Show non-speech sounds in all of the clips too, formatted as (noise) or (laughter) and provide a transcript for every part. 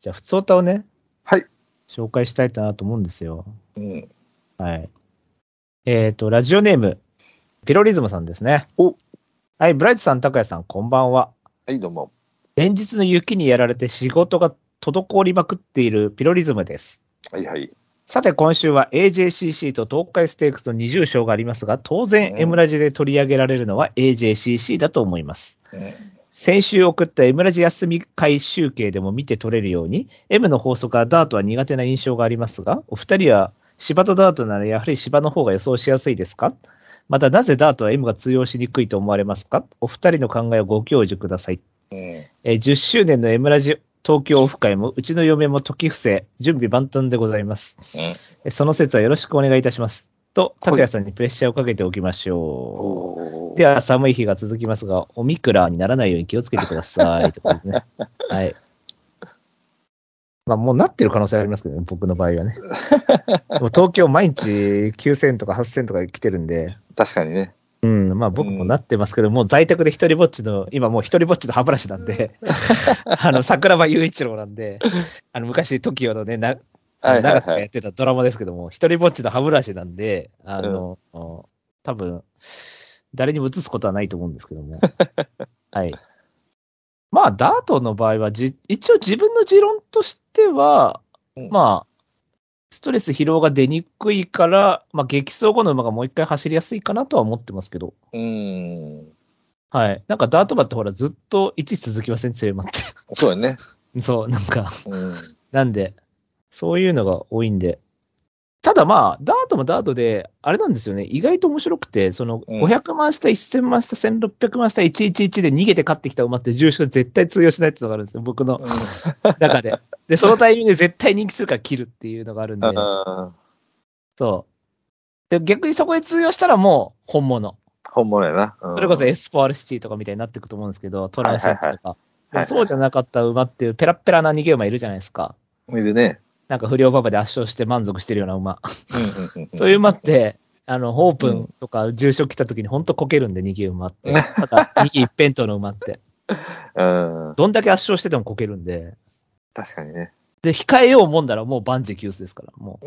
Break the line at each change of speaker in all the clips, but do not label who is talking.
じゃあ、普通歌をね、
はい。
紹介したいかなと思うんですよ。
うん。
はい。えっ、と、ラジオネーム、ピロリズムさんですね。
お
はい、ブライトさん、高谷さん、こんばんは。
はい、どうも。
連日の雪にやられて仕事が滞りまくっているピロリズムです。
はいはい。
さて、今週は AJCC と東海ステークスの20勝がありますが、当然
う、ん
M ラジで取り上げられるのは AJCC だと思います。
うん
先週送った M ラジ休み会集計でも見て取れるように、M の法則はダートは苦手な印象がありますが、お二人は芝とダートならやはり芝の方が予想しやすいですかまたなぜダートは M が通用しにくいと思われますかお二人の考えをご教授ください。
うん。
えー10周年の M ラジ東京オフ会もうちの嫁も時伏せ、準備万端でございます。えーその説はよろしくお願いいたします。と、拓也さんにプレッシャーをかけておきましょう。
おー
では寒い日が続きますが、オミクラにならないように気をつけてくださ (laughs) い。とかですね。はい。まあ、もうなってる可能性ありますけどね、僕の場合はね。もう東京毎日9000とか8000とか来てるんで、
確かにね。
うん、まあ僕もなってますけど、もう在宅で一人ぼっちの、今もう一人ぼっちの歯ブラシなん (laughs) で、あの、桜庭雄一郎なんで、あの、昔 TOKIO のね、なあの長瀬がやっ。てたドラマですけども、一人ぼっちの歯ブラシなんで、あの、多分、誰にも映すことはないと思うんですけど
(laughs)
も。はい。まあ、ダートの場合はじ、一応自分の持論としては、
うん
まあ、ストレス疲労が出にくいから、まあ、激走後の馬がもう一回走りやすいかなとは思ってますけど、
うん。
はい。なんかダート馬ってほら、ずっと1続きません、強い馬って。 (laughs)
そうだね。
そう、なんか。
うん。
なんで、そういうのが多いんで。ただまあ、ダートもダートで、あれなんですよね、意外と面白くて、その、
うん
500万した、1000万した、1600万した、111で逃げて勝ってきた馬って重視が絶対通用しないっていうのがあるんですよ、僕の中で。で、そのタイミングで絶対人気するから切るっていうのがあるんで、
あ
そう。で、逆にそこで通用したらもう本物。
ー本物やな。うん
それこそエスポアルシティとかみたいになってくと思うんですけど、トランセントとか。
いはい
でもそうじゃなかった馬っていう、ペラッペラな逃げ馬いるじゃないですか。
いるね。
なんか不良パパで圧勝して満足してるような馬。
うん
そういう馬って、あの、オープンとか重賞来た時に本当こけるんで、逃げ馬って。ただ、 (laughs) 逃げ一辺倒の馬って。
うん。うん。
どんだけ圧勝しててもこけるんで。
確かにね。
で、控えようもんだらもう万事休すですから、も
(laughs)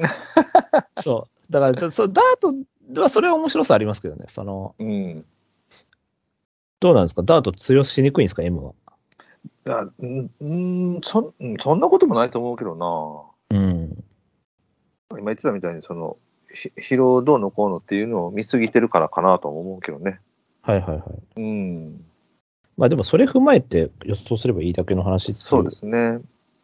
う。そう。だから、だそうダートはそれは面白さありますけどね。その、
うん。
どうなんですかダート通用しにくいんですか ?M は。
あうんうんそんうんそんなこともないと思うけどな。
うん。
今言ってたみたいに、その、ひ疲労どうのこうのっていうのを見過ぎてるからかなとは思うけどね。
はいはいはい。
うん。
まあでもそれ踏まえて予想すればいいだけの話ってい
そうで。すね。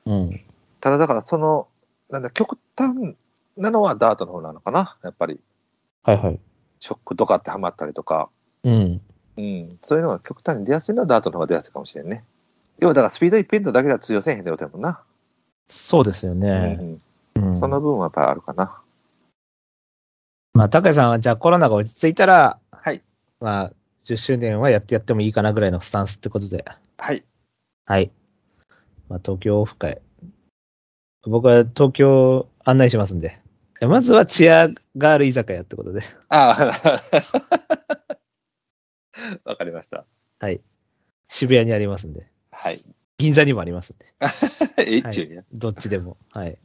うん。
ただだからそのなんだ極端なのはダートの方なのかなやっぱり
はいはい。
ショックとかってはまったりとか、
うん。
うん、そういうのが極端に出やすいのはダートの方が出やすいかもしれんね要はだからスピード一辺倒だけでは通用せえへんってことやもんな、
そうですよね。
うん
うん
その分はやっぱりあるかな
まあ、高谷さんは、じゃあコロナが落ち着いたら、
はい。
まあ、10周年はやってやってもいいかなぐらいのスタンスってことで、
はい
はい。まあ、東京オフ会。僕は東京案内しますんで。まずはチアガール居酒屋ってことで。 (laughs)
ああ (laughs) わかりました
はい。渋谷にありますんで。
はい
銀座にもありますんで。
えっちゅうね
どっちでも。はい。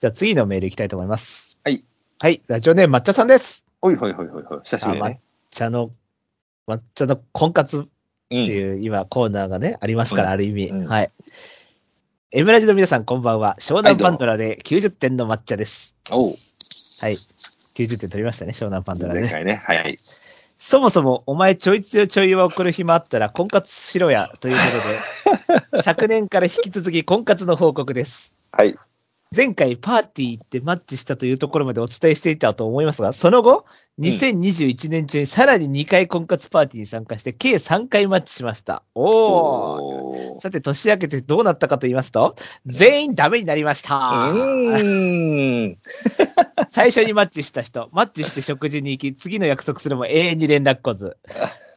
じゃあ次のメールいきたいと思います。
はい。
はい。ラジオネーム抹茶さんです。
ほいほいほいほいほい久しぶりやね
茶の、抹茶の婚活
うん
っていう今コーナーがね、ありますから、
うん
ある意味。
うん
はい。エムラジの皆さん、こんばんは。湘南パンドラで90点の抹茶です。
おう
はい。90点取りましたね、湘南パンドラ
前
ね。
回ねはい
そもそも、お前ちょい強ちょい弱送る暇あったら婚活しろや、ということ
(laughs)
で、昨年から引き続き婚活の報告です。
はい
前回パーティー行ってマッチしたというところまでお伝えしていたと思いますが、その後、
ん
2021年中にさらに2回婚活パーティーに参加して、計3回マッチしました。おー。
おー
さて、年明けてどうなったかと言いますと、全員ダメになりまし
う
た。 (laughs)
ーん
最初にマッチした人、マッチして食事に行き、次の約束するも永遠に連絡来ず。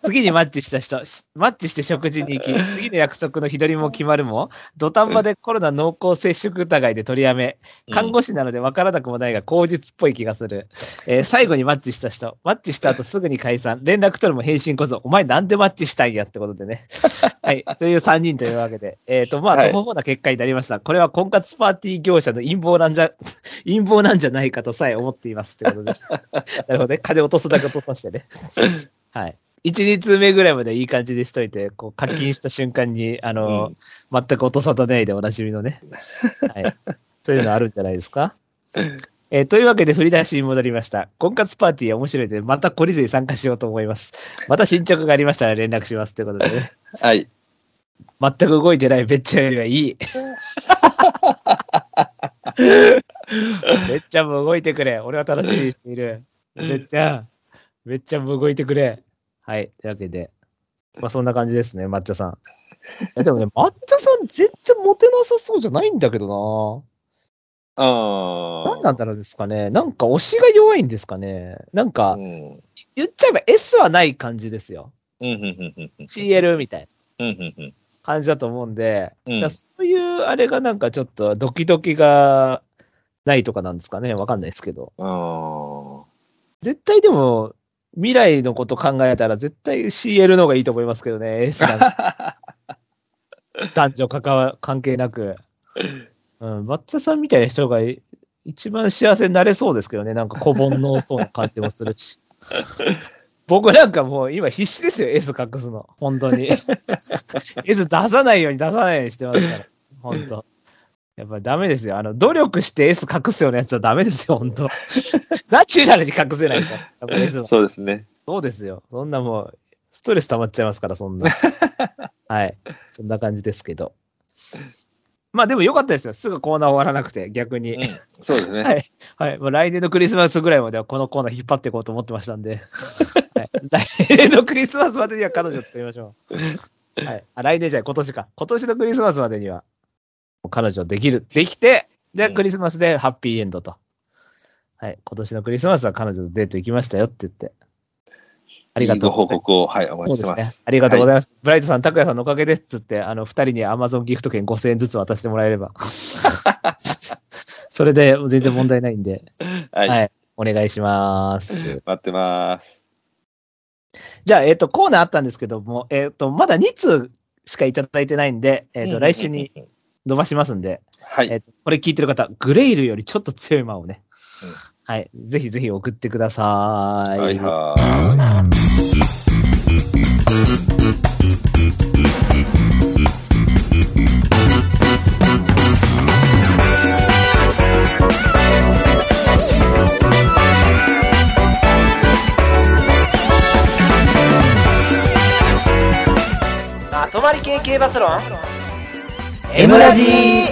次にマッチした人、しマッチして食事に行き、次の約束の日取りも決まるも、土壇場でコロナ濃厚接触疑いで取りやめ、看護師なので分からなくもないが、口実っぽい気がする。えー最後にマッチした人、マッチした後すぐに解散、連絡取るも返信こそ、お前なんでマッチしたんやってことで
(laughs)
ね。はい。という3人というわけで、えっ、と、まあ、
はい
途方もな結果になりました。これは婚活パーティー業者の陰謀なんじゃ、陰謀なんじゃないかとさえ思っていますってこと (laughs) です。なるほどね。金落とすだけ落とさしてね。はい。一日目ぐらいまでいい感じでしといて、こう課金した瞬間に、あの、全く音沙汰ないでおなじみのね。はい。そういうのあるんじゃないですか。えーというわけで振り出しに戻りました。婚活パーティーは面白いので、また懲りずに参加しようと思います。また進捗がありましたら連絡しますということでね。
はい。
全く動いてないべっちゃんよりはい (laughs) い。べっちゃんも動いてくれ。俺は楽しみにしている。べっちゃん、べっちゃんも動いてくれ。はい。というわけで、まあそんな感じですね、抹茶さん。えでもね、抹茶さん全然モテなさそうじゃないんだけど
あ
な。なんなんだ
だ
ろうですかね。なんか推しが弱いんですかね。なんか
う、ん。
言っちゃえば S はない感じですよ。
うん、うん、うん、うん、うん。
CL みたいな。
うん、うん、うん。
感じだと思うんで、
うん
だからそういうあれがなんかちょっとドキドキがないとかなんですかね、わかんないですけど。
あ
絶対でも、未来のこと考えたら絶対 CL の方がいいと思いますけどね、S なんか (laughs)
あ。
男女関わ関係なく。うん、抹茶さんみたいな人がい一番幸せになれそうですけどね、なんか小煩悩そうな感じもするし。僕なんかもう今必死ですよ、S 隠すの。本当に。S 出さないように出さないようにしてますから。本当。やっぱダメですよ。あの、努力して S 隠すようなやつはダメですよ、本当。ナチュラルに隠せないから。やっぱ S は。
そうですね。
そうですよ。そんなもう、ストレス溜まっちゃいますから、そんな。はい。そんな感じですけど。まあでも良かったですよ。すぐコーナー終わらなくて、逆に。
うんそうですね。
はいはい。もう来年のクリスマスぐらいまではこのコーナー引っ張っていこうと思ってましたんで。 (laughs) はい、来年のクリスマスまでには彼女を作りましょう。はい。あ、来年じゃない、今年か。今年のクリスマスまでには、もう彼女できる、できて、で、
うん
クリスマスでハッピーエンドと。はい。今年のクリスマスは彼女とデート行きましたよって言って。ありがとう
いいご報告を、はい、お待
そ
ち
う
し
で
て
す
ま
ね
す。。
ありがとうございます。ブライトさん、拓也さんのおかげですっつって、あの、二人に Amazon ギフト券5000円ずつ渡してもらえれ
(laughs)
ば。それで全然問題ないんで、
はい、
はいお願いします。
待ってます。
じゃあ、えっ、と、コーナーあったんですけども、えっ、と、まだ2通しかいただいてないんで、えっ、と、来週に。伸ばしますんで、
はい。
えっ、と、これ聞いてる方、グレイルよりちょっと強い間をね、はい、ぜひぜひ送ってください。
はいは
まとまり系系バスロン
ーい。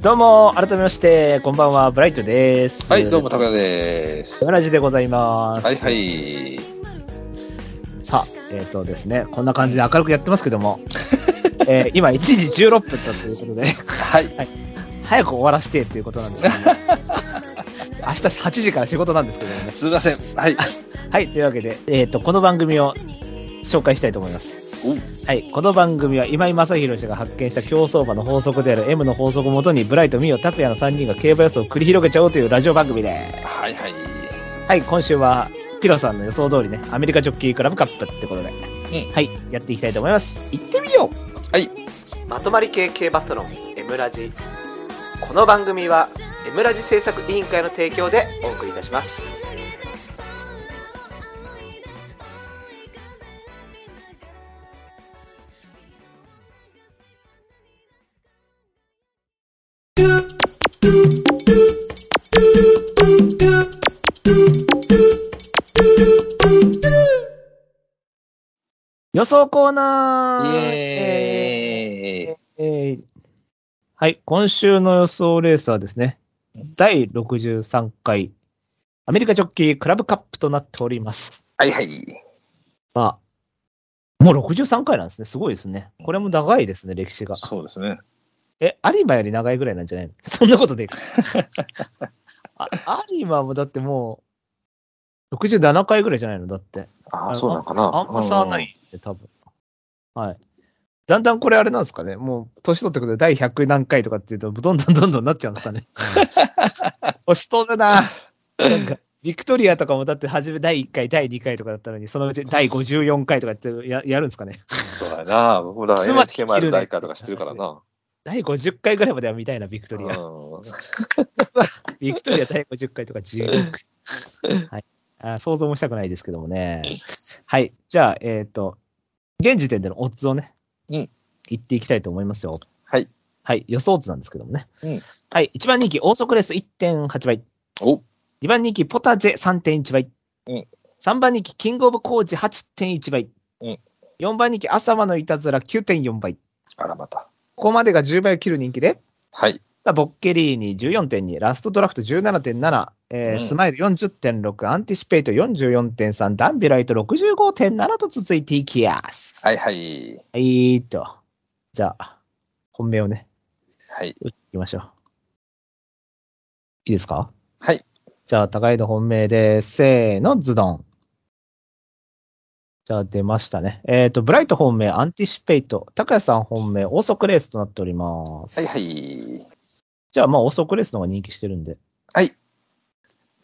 どうも、改めまして、こんばんは、ブライトです。
はい、どうも、
た
高田です。
エム
は
ラジでございます。
いはい。
さあ、えっ、とですね、こんな感じで明るくやってますけども、 (laughs) えー今1時16分だということで、 (laughs)
はい。
早く終わらしてっていうことなんですけども、 (laughs) 明日8時から仕事なんですけどもね。
すいません。はい。
はい、というわけで、えっ、と、この番組を紹介したいと思います。はい、この番組は今井正弘氏が発見した競走馬の法則である M の法則をもとにブライト、ミオ、拓也の3人が競馬予想を繰り広げちゃおうというラジオ番組で
はいはい。
す。はい、今週はピロさんの予想通りね、アメリカジョッキークラブカップってことで、はい、やっていきたいと思います。行ってみよう
はい。
まとまり系競馬ソロン M ラジ。この番組は M ラジ制作委員会の提供でお送りいたします。予想コーナー
イエ
えーはい、今週の予想レースはですね、第63回アメリカジョッキークラブカップとなっております。
ーイ。はいはい。
まあ、もう63回なんですね。すごいですね。これも長いですね、歴史が。
そうですね。
え、有馬より長いぐらいなんじゃない (laughs) のそんなことでいいか。あ有馬もだっても67回ぐらいじゃないのだって。
あ
あ
あ、
の
そうなんかな。
あんま差はないんで、多分。はい。だんだんこれあれなんですかね。もう、年取ってくると第100何回とかっていうと、どんどんどんどんなっちゃうんですか
(laughs)
ね。押しとるな。なんか、ビクトリアとかもだって初め第1回、第2回とかだったのに、そのうち第54回とかってややるんですかね。
うん。そうやな。僕ら
つまり
NHK 前の大会とかしてるからな。
第50回ぐらいまでは見たいな、ビクトリア。
うん
ビクトリア第50回とか16回。はいあ。想像もしたくないですけどもね。はい。じゃあ、えっ、と、現時点でのオッズをね、
うん
言っていきたいと思いますよ。
はい。
はい。予想オッズなんですけどもね。
うん
はい。1番人気、オーソクレス1.8倍。
お
2番人気、ポタジェ3.1倍。
うん
3番人気、キングオブコーチ8.1倍。
うん
4番人気、朝間のいたずら9.4倍。
あらまた。
ここまでが10倍を切る人気で、
はい。
ボッケリーニ14.2、ラストドラフト17.7、えー
うん
スマイル40.6、アンティシペイト44.3、ダンビュライト65.7と続いていきやす。
はいはい。
はい、と。じゃあ、本命をね、
はい。
打っていきましょう。いいですか
はい。
じゃあ、高井の本命です。せーの、ズドン。じゃあ、出ましたね。えっ、と、ブライト本命、アンティシペイト、高谷さん本命、遅くレースとなっております。
はいは。い。
じゃあ、まあ、遅くレースの方が人気してるんで。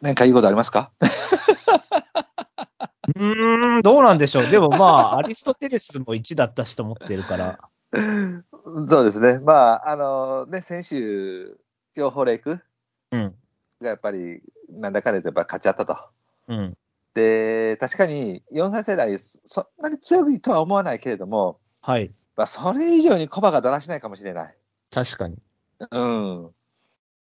何かいいことありますか
うーん、どうなんでしょう。でもまあ、ア (laughs) リストテレスも1だったしと思ってるから。
そうですね。まあ、あのね、先週、両方レイク
うん。
がやっぱり、なんだかんだ言ってやっぱ勝っちゃったと。
うん。
で、確かに4歳世代、そそんなに強いとは思わないけれども、
はい。
まあ、それ以上にコバがだらしないかもしれない。
確かに。
うん。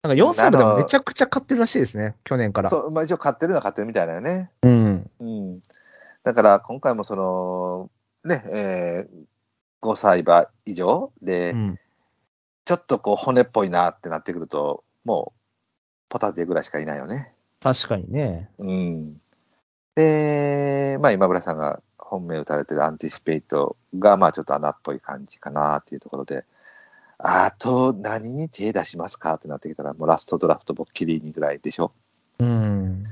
なんか4歳でもめちゃくちゃ買ってるらしいですね。去年から。
そう、まあ、一応買ってるのは買ってるみたいだよね。
うん。
うん。だから、今回もその、ね、えー、5歳馬以上で、
うん。
ちょっとこう骨っぽいなってなってくると、もう、ポタジェぐらいしかいないよね。
確かにね。
うん。で、まあ今村さんが本命打たれてるアンティシペイトが、まあちょっと穴っぽい感じかなっていうところで、あと何に手出しますかってなってきたら、もうラストドラフトボッキリーニぐらいでしょ。
うん。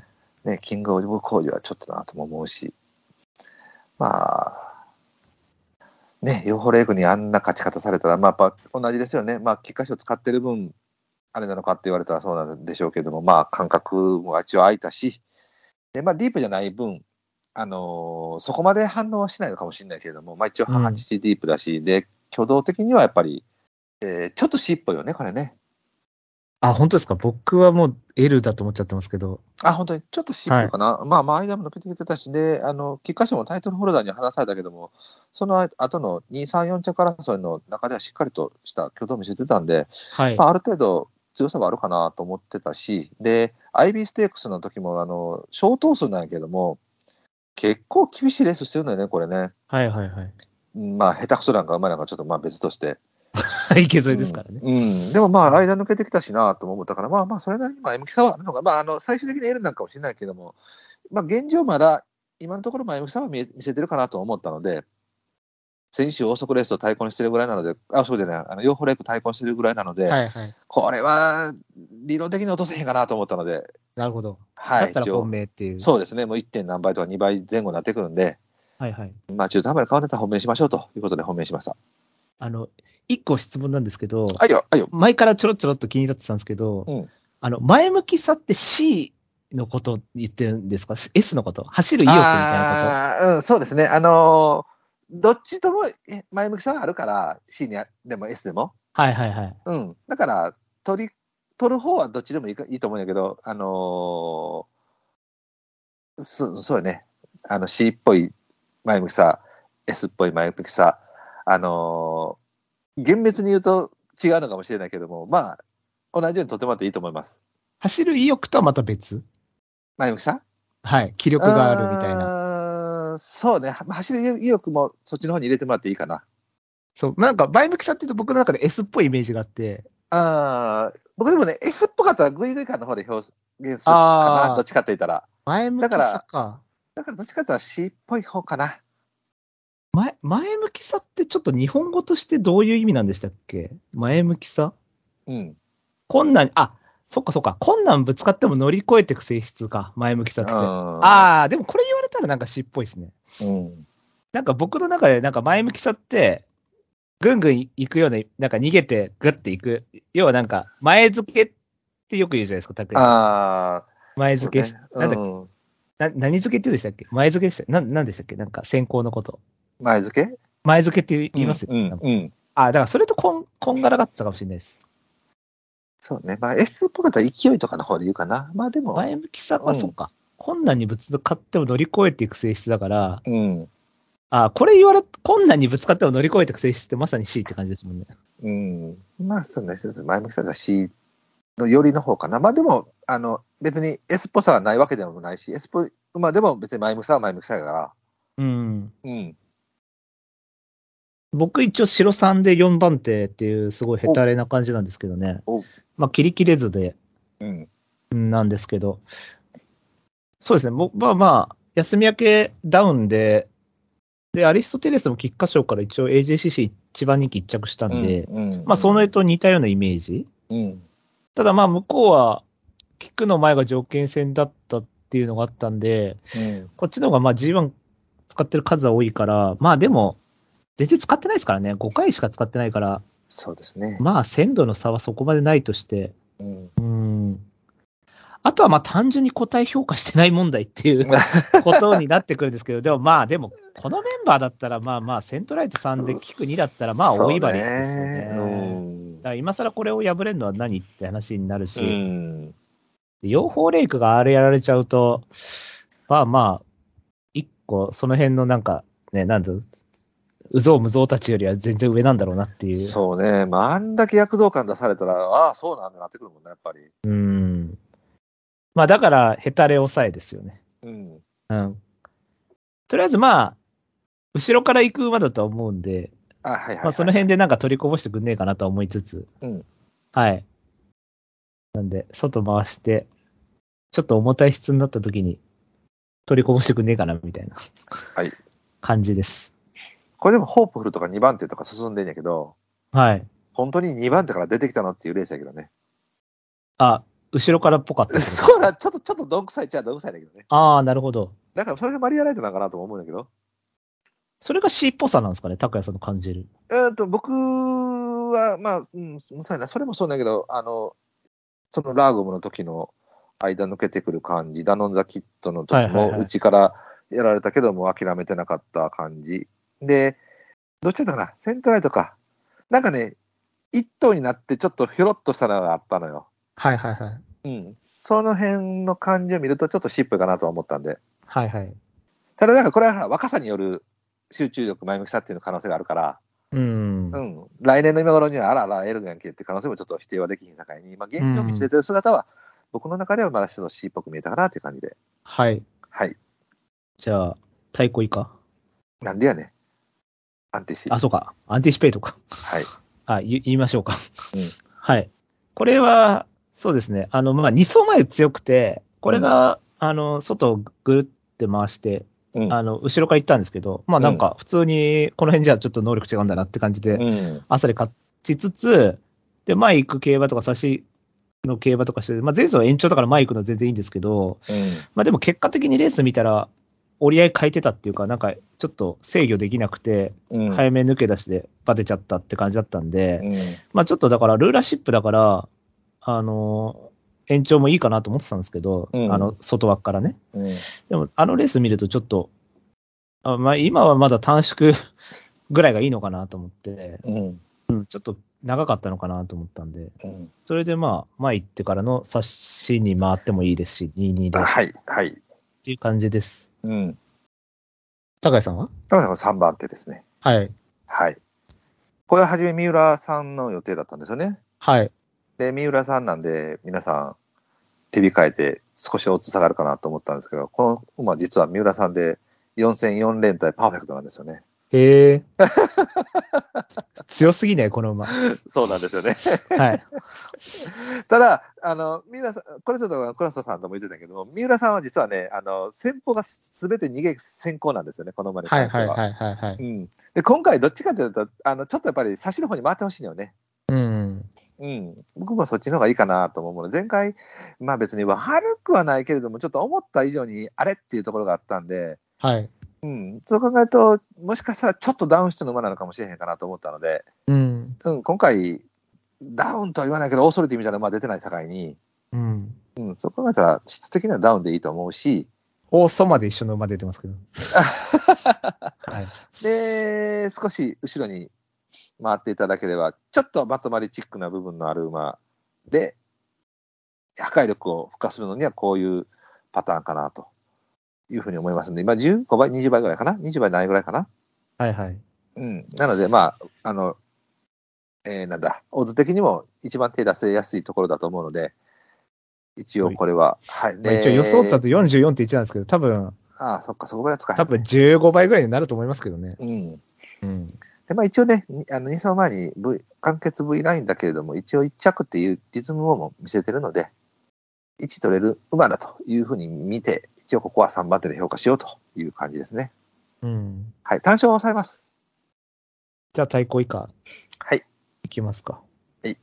ね、キングオブコージはちょっとなとも思うし、まあ、ね、ヨーホレイクにあんな勝ち方されたら、まあ、やっぱ同じですよね、まあ、菊花賞使ってる分、あれなのかって言われたらそうなんでしょうけども、まあ、感覚も一応空いたし、でまあ、ディープじゃない分、あのーそこまで反応はしないのかもしれないけれども、まあ、一応、
うん
母父ディープだし、で、挙動的にはやっぱり、えーちょっと C っぽいよね、これね。
あ、本当ですか。僕はもう L だと思っちゃってますけど。
あ、本当に、ちょっとシップかな。まあ、まあ、間も抜けてきてたし、で、あの、菊花賞もタイトルホルダーに話されたけども、その後の2、3、4着争いの中ではしっかりとした挙動を見せてたんで、
はい。
まあ、ある程度強さがあるかなと思ってたし、で、IB ステークスの時も、あの、小投数なんやけども、結構厳しいレースしてるんだよね、これね。
はいはいはい。
うんまあ、下手くそなんかうまいなんかちょっとまあ別として。
(laughs) はい、け添えですからね。
うん、でもまあ、間抜けてきたしなとも思ったから、まあまあ、それなりにまあ M きさはあるのが、まあ、あの最終的に L なんかもしれないけども、まあ、現状まだ、今のところ、まあ M きさは見え見せてるかなと思ったので、先週、高速レースと対抗にしてるぐらいなので、あ、そうじゃない、あの両方レイク対抗してるぐらいなので、
はいはい。
これは理論的に落とせへんかなと思ったので、
なるほど。
はい、
だったら
一応
本命っていう。
そうですね、もう 1. 点何倍とか2倍前後になってくるんで、
はいはい。
まあ、中途半端に変わってたら本命にしましょうということで、本命にしました。
あの、一個質問なんですけど、
あいよ、あいよ、
前からちょろちょろっと気になってたんですけど、
うん
あの、前向きさって C のこと言ってるんですか ?S のこと走る意欲みたいな
あーうん、そうですね。あのーどっちともえ前向きさはあるから、C にあでも S でも。
ことはいはいはい。
うん。だから、取り、取る方はどっちでもいいかいいと思うんだけど、あのーそそうよね。あの C っぽい前向きさ、S っぽい前向きさ、あのー厳密に言うと違うのかもしれないけども、まあ、同じようにとってもらっていいと思います。
走る意欲とはまた別
前向きさ
はい。気力があるみたいな。
な。そうね。まあ走る意欲もそっちの方に入れてもらっていいかな。
そう。なんか前向きさって言うと僕の中で S っぽいイメージがあって、
あー僕でもね、S っぽかったらグイグイ感の方で表現するか
あ
な。
ー
どっちかって言ったら。
前向きさか。
だからどっちかって言ったら C っぽい方かな。
前、前向きさってちょっと日本語としてどういう意味なんでしたっけ前向きさ
うん。
こんなに、あ、そっかそっか。困難ぶつかっても乗り越えていく性質か。前向きさって。あ
あ
あー、でもこれ言われたらなんか詩っぽいですね。
ー、うん、
なんか僕の中でなんか前向きさって、ぐんぐん行くような、なんか逃げてグッて行く。要はなんか前付けってよく言うじゃないですか、拓也さん。
ああ、
前付けし、
そう
な
ね
んだっけ
うん
な何付けって言うんでしたっけ前付けでした。ななんでしたっけなんか先行のこと。
前付け
前付けって言いますよ。
うん、うんうん
あ、だからそれとこんこんがらがってたかもしれないです。
そうね。まあ、S っぽかったら勢いとかの方で言うかな。まあでも、
前向きさ
う
は
ん
そうか。困難にぶつかっても乗り越えていく性質だから、
うん、
あ、これ言われ、困難にぶつかっても乗り越えていく性質ってまさに C って感じですもんね。
うん。まあ、そうね。そうそう前向きさだし、のよりの方かな。まあでも、あの、別に S っぽさはないわけでもないし、S っぽい、まあでも別に前向きさは前向きさやから。
うん。
うん。
僕一応白3で4番手っていうすごいヘタレな感じなんですけどね
お。
まあ切り切れずで、
うん。
うんなんですけど。そうですね。僕はまあ、休み明けダウンで、で、アリストテレスも菊花賞から一応 AJCC 一番人気一着したんで、
うん、うん
まあその絵、と似たようなイメージ。
うん。
ただまあ向こうは、キックの前が条件戦だったっていうのがあったんで、
うん。
こっちの方がまあ G1 使ってる数は多いから、まあでも、全然使ってないですからね。5回しか使ってないから、
そうですね。
まあ鮮度の差はそこまでないとして。
うん。
うん。あとはまあ単純に個体評価してない問題って
(laughs)
いうことになってくるんですけど、でもまあでも、このメンバーだったらまあまあセントライト3でキック2だったらまあ大いばりですよね。
そう
だから今更これを破れるのは何って話になるし、
うん。うん。
養蜂レイクがあれやられちゃうと、まあまあ、一個、その辺のなんか、ね、なんだ、うぞうむぞうたちよりは全然上なんだろうなっていう。
そうね。まあ、あんだけ躍動感出されたら、ああ、そうなんだなってくるもんね、やっぱり。
うん。まあだから、ヘタレ抑えですよね。
うん。
うん。とりあえずまあ、後ろから行く馬だとは思うんで、
あ、はいはい、はい。
まあその辺でなんか取りこぼしてくんねえかなとは思いつつ、
うん
はい。なんで、外回して、ちょっと重たい質になった時に、取りこぼしてくんねえかな、みたいな、
はい
感じです。
これでもホープフルとか2番手とか進んでんやけど、
はい。
本当に2番手から出てきたのっていうレースやけどね。
あ、後ろからっぽかった。
(laughs) そうだ、ちょっと、ちょっとどんくさいっちゃどんくさいんだけどね。
ああ、なるほど。
だからそれがマリアライトなんかなとも思うんだけど。
それが C っぽさなんですかね、拓也さんの感じる。
えっと、僕は、まあ、うん、そうやな、それもそうだけど、あの、そのラーゴムの時の間抜けてくる感じ、ダノンザキットの
は
時
いはいは
も
いう
ちからやられたけども諦めてなかった感じ。で、どっちだったかな、セントライトか。なんかね、一頭になってちょっとひょろっとしたのがあったのよ。
はいはいはい。
うん、その辺の感じを見ると、ちょっとシップかなとは思ったんで、
はいはい。
ただなんかこれは若さによる集中力、前向きさっていう可能性があるから、
うん。
うん、来年の今頃にはあらあらエルガン系って可能性もちょっと否定はできひん境に、今、現状見せてる姿は、僕の中ではまだちょっと C っぽく見えたかなっていう感じで、
はい。
はい、
じゃあ、太鼓以下。
なんでやねん、安定し、
あ、そうか。アンティシペイトか。
はい、
(laughs) あ、言言いましょうか。
うん
(laughs) はい。これは、そうですね。あの、まあ、2走前強くて、これが、あの、外をぐるって回して、
うん
あの、後ろから行ったんですけど、まあ、なんか、普通に、この辺じゃちょっと能力違うんだなって感じで、
うん、
朝で勝ちつつ、で、前行く競馬とか、差しの競馬とかして、まあ、前走は延長だから前行くのは全然いいんですけど、まあ、でも結果的にレース見たら、折り合い変えてたっていうか、なんか、ちょっと制御できなくて、
うん、
早め抜け出しでバテちゃったって感じだったんで、
うん、
まあちょっとだから、ルーラーシップだから、あのー延長もいいかなと思ってたんですけど、
うん
あの、外枠からね。
うん、
でも、あのレース見るとちょっと、あまあ今はまだ短縮 (laughs) ぐらいがいいのかなと思って、
うん、
うんちょっと長かったのかなと思ったんで、
うん、
それでまあ、前行ってからの差しに回ってもいいですし、22でっ
はい、はい、
ていう感じです。
うん、
高井さんは
だから3番手ですね。
はい。
はい。これは初め三浦さんの予定だったんですよね。
はい。
で、三浦さんなんで、皆さん、手控えて少しオッズ下がるかなと思ったんですけど、この馬実は三浦さんで4戦4連対パーフェクトなんですよね。
へえ。 (laughs) 強すぎね、この馬。は
そうなんですよね。
い。
(laughs) ただ、あの、三浦さん、これちょっと倉下さんとも言ってたけども、三浦さんは実はね、あの、先方が全て逃げ先行なんですよね、この馬に関しては。
いはいは
う。ん、で今回、どっちかというと、あのちょっとやっぱり差しの方に回ってほしいのよね。
うん。
うん、僕もそっちの方がいいかなとも思うので、前回、まあ別に悪くはないけれども、ちょっと思った以上にあれっていうところがあったんで、
はい。
うん、そう考えると、もしかしたらちょっとダウンしての馬なのかもしれへんかなと思ったので、
うん。
うん、今回、ダウンとは言わないけど、オーソリティみたいな馬は出てない境に、
うん。
うん、そう考えたら質的にはダウンでいいと思うし、
大ソまで一緒の馬出てますけど。はい。
で、少し後ろに回っていただければ、ちょっとまとまりチックな部分のある馬で、破壊力を付加するのにはこういうパターンかなというふうに思いますので、今15倍、20倍ぐらいかな ?20 倍ないぐらいかな
はいはい。
うん。なので、まあ、あの、えーなんだ、オズ的にも一番手出せやすいところだと思うので、一応これは、はい。
まあ
で
一応予想値だと44.1なんですけど、多分、
ああ、そっか、そこぐらいですか。
多分15倍ぐらいになると思いますけどね。
うん。
うん。
でまあ、一応ね、にあの2走前に v 完結 V ラインだけれども、一応1着っていうリズムをも見せてるので、1取れる馬だというふうに見て、一応ここは3番手で評価しようという感じですね。
うん。
はい、単勝を抑えます。
じゃあ対抗以下
はい。
いきますか。
はい
い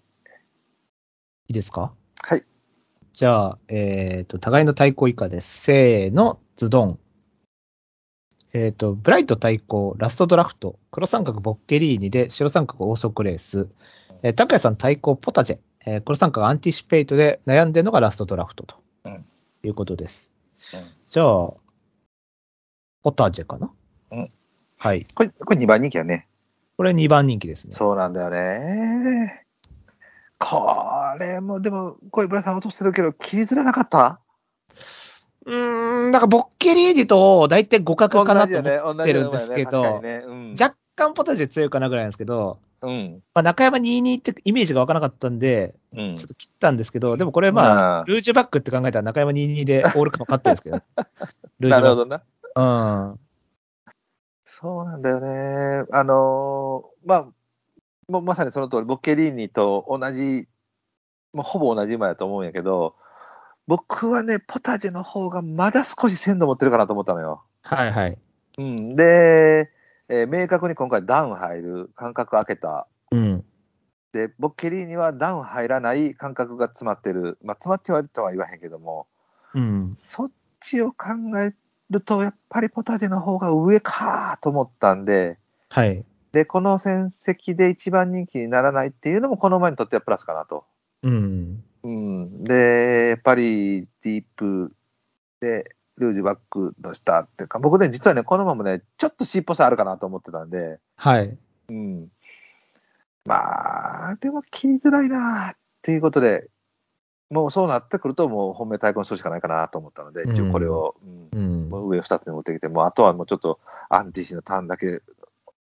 いですか
はい。
じゃあ、えっ、と、互いの対抗以下です。せーの、ズドン。えっ、と、ブライト対抗、ラストドラフト、黒三角ボッケリーニで、白三角オーソクレース、えー、高谷さん対抗ポタジェ、えー黒三角アンティシペイトで悩んでるのがラストドラフトと、
うん
いうことです。
うん
じゃあ、ポタジェかな、
うん
はい。
これ、これ2番人気やね。
これ2番人気ですね。
そうなんだよね。これも、でも、小ブラさん落としてるけど、切りづらなかった
うーん、なんかボッケリーニと大体互角かなと思って、
同
てるんですけど
同じようなもんやね確か
若干ポタジェ強いかなぐらいなんですけど、
にね
まあ、中山22ってイメージがわからなかったんで、
うん。うん。うん
ちょっと切ったんですけど、でもこれまあ、
あー
ルージュバックって考えたら中山22でオールカップ勝ったんですけど、ルー
(laughs) な
ジュバッ
るほ
ク。
どな。
うん。
そうなんだよね。あのーまあ、もうまさにその通り、ボッケリーニと同じ、まあ、ほぼ同じ馬やと思うんやけど、僕はね、ポタジェの方がまだ少し鮮度持ってるかなと思ったのよ。
はいはい。
うん、で、えー明確に今回ダウン入る間隔空けた。
うん。
で、ボッケリーニはダウン入らない間隔が詰まってる。まあ、詰まってはいるとは言わへんけども、
うん。
そっちを考えると、やっぱりポタジェの方が上かと思ったんで、
はい。
で、この戦績で一番人気にならないっていうのも、この馬にとってはプラスかなと。
うん。
うん、で、やっぱりディープで、ルージュバックの下っていうか、僕ね、実はね、この馬もね、ちょっと尻尾さあるかなと思ってたんで、
はい。
うん。まあ、でも切りづらいなっていうことで、もうそうなってくると、もう本命対抗にするしかないかなと思ったので、一応これを、うん
うん。
もう上2つに持ってきて、もうあとはもうちょっとアンティシのターンだけ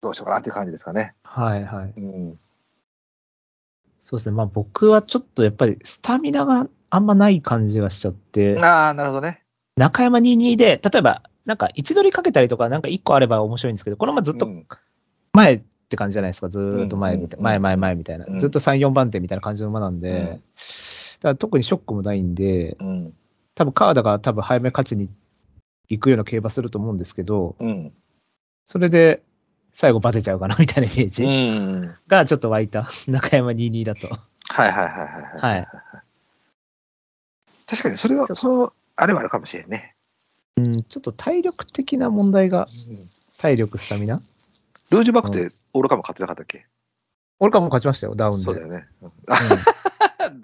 どうしようかなっていう感じですかね。
はいはい。
うん
そうですね。まあ僕はちょっとやっぱりスタミナがあんまない感じがしちゃって、
ああ、なるほどね。
中山22で、例えば、なんか位置取りかけたりとか、なんか1個あれば面白いんですけど、このままずっと
うん
前って感じじゃないですか、ずーっと前みたい、
うん
前前前みたいな、
うん
ずっと3、4番手みたいな感じの馬なんで、
うん
だから特にショックもないんで、
うん。
多分川田が多分早め勝ちに行くような競馬すると思うんですけど、
うん。
それで最後バテちゃうかなみたいなイメー
う
ジ
ん。
がちょっと湧いた、中山22だと。
はいはいはい
は
はい。
い。
確かに、それは、その、あれはあるかもしれんね。
うん、ちょっと体力的な問題が、体力、スタミナ
ルージュバックってオールカム勝ってなかったっけ、
俺からも勝ちましたよ、ダウンで。
そうだよね。うんあ、
うん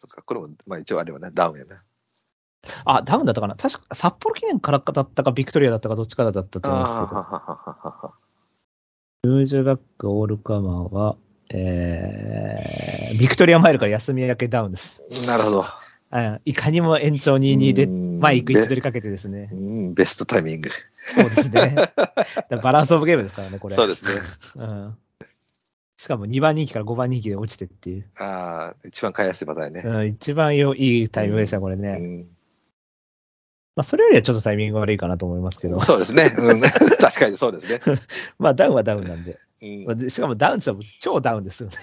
そっか、これも、まあ一応あれはね、ダウンやな。
あ、ダウンだったかな確か、札幌記念からだったか、ビクトリアだったか、どっちからだったと思うんですけど。
あ
ルージュバックオールカマーは、えー、ビクトリアマイルから休み明けダウンです。
ーなるほど。
あいかにも延長22で、前行く位置取りかけてですね
う。ん、ベストタイミング。
そうです
(laughs)
ね。だからバランスオブゲームですからね、これ。
そうです
うん。しかも2番人気から5番人気で落ちてっていう。
ね。ああ、一番買いやすいパターンやね。
うん、一番よいいタイミングでした、これ
う
ね。
ん
まあ、それよりはちょっとタイミング悪いかなと思いますけど。
そうですね。うん (laughs) 確かにそうですね。
まあ、ダウンはダウンなんで。
うん
まあでしかもダウンって言ったら超ダウンですよね。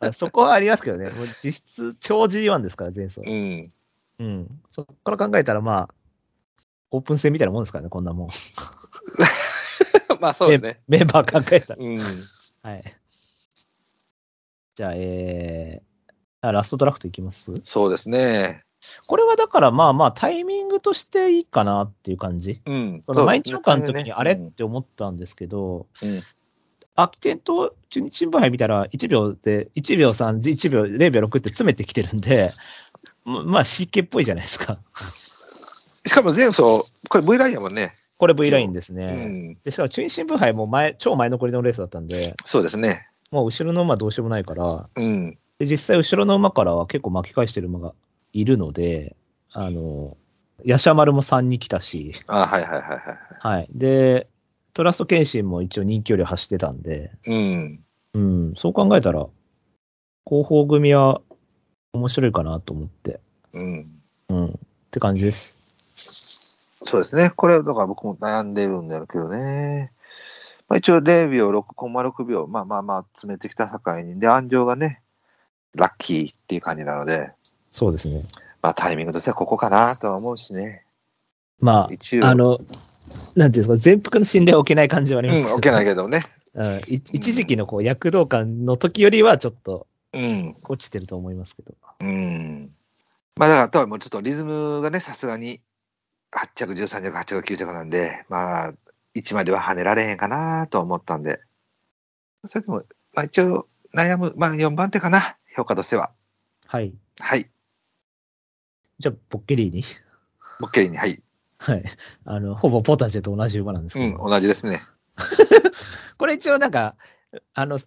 まあそこはありますけどね。もう実質超 G1 ですから、前走。
うん。 (laughs)
うん。そこから考えたら、まあ、オープン戦みたいなもんですからね、こんなもん。 (laughs)
まあそうですね。
メンバー考えたら。
うん。
はい。じゃあ、えーあ、ラストドラフトいきます
そうですね。
これはだからまあまあタイミングとしていいかなっていう感じ。
うん。
そう
ですね
の毎日間の時にあれっ
うん
て思ったんですけど、
うん
空き店と中日新聞杯見たら1秒で、1秒3、1秒、0秒6って詰めてきてるんで、ままあ CK っぽいじゃないですか。
しかも前走、これ V ラインやもんね。
これ V ラインです
う
ね。
ん。
でしかも中日新聞杯も前、超前残りのレースだったんで、
そうですね。
もう後ろの馬どうしようもないから、
うん。
で実際後ろの馬からは結構巻き返してる馬がいるので、あの、ヤシャマルも3に来たし、
あはいはいはいは
はい。で、トラスト検診も一応人気より走ってたんで、
い。うん。
うん、そう考えたら、後方組は面白いかなと思って、
うん。
うん、って感じです。
そうですね。これはだから僕も悩んでるんだけどね。まあ、一応0秒6コンマ6秒、まあまあまあ詰めてきた境に。で、安城がね、ラッキーっていう感じなので、
そうですね。
まあタイミングとしてはここかなとは思うしね。
ま
一応。
あ、あの、なんていうんですか、全幅の信頼を置けない感じはあり
うん、
ますけど、
受けないけどね。
(laughs) うんい一時期のこう躍動感の時よりはちょっと
うん。
落ちてると思いますけど。
うん。まあだから、あとはもうちょっとリズムがね、さすがに8着、13着、8着、9着なんで、まあ、1までは跳ねられへんかなと思ったんで、それでも、まあ一応、悩む、まあ4番手かな、評価としては。
はい。
はい。
じゃあ、ボッケリーに。 (laughs)
ボッケリーに、はい。
はい。あの、ほぼポタジェと同じ馬なんです
う
け
ん、
ど、
同じですね。
これ一応なんか、あの、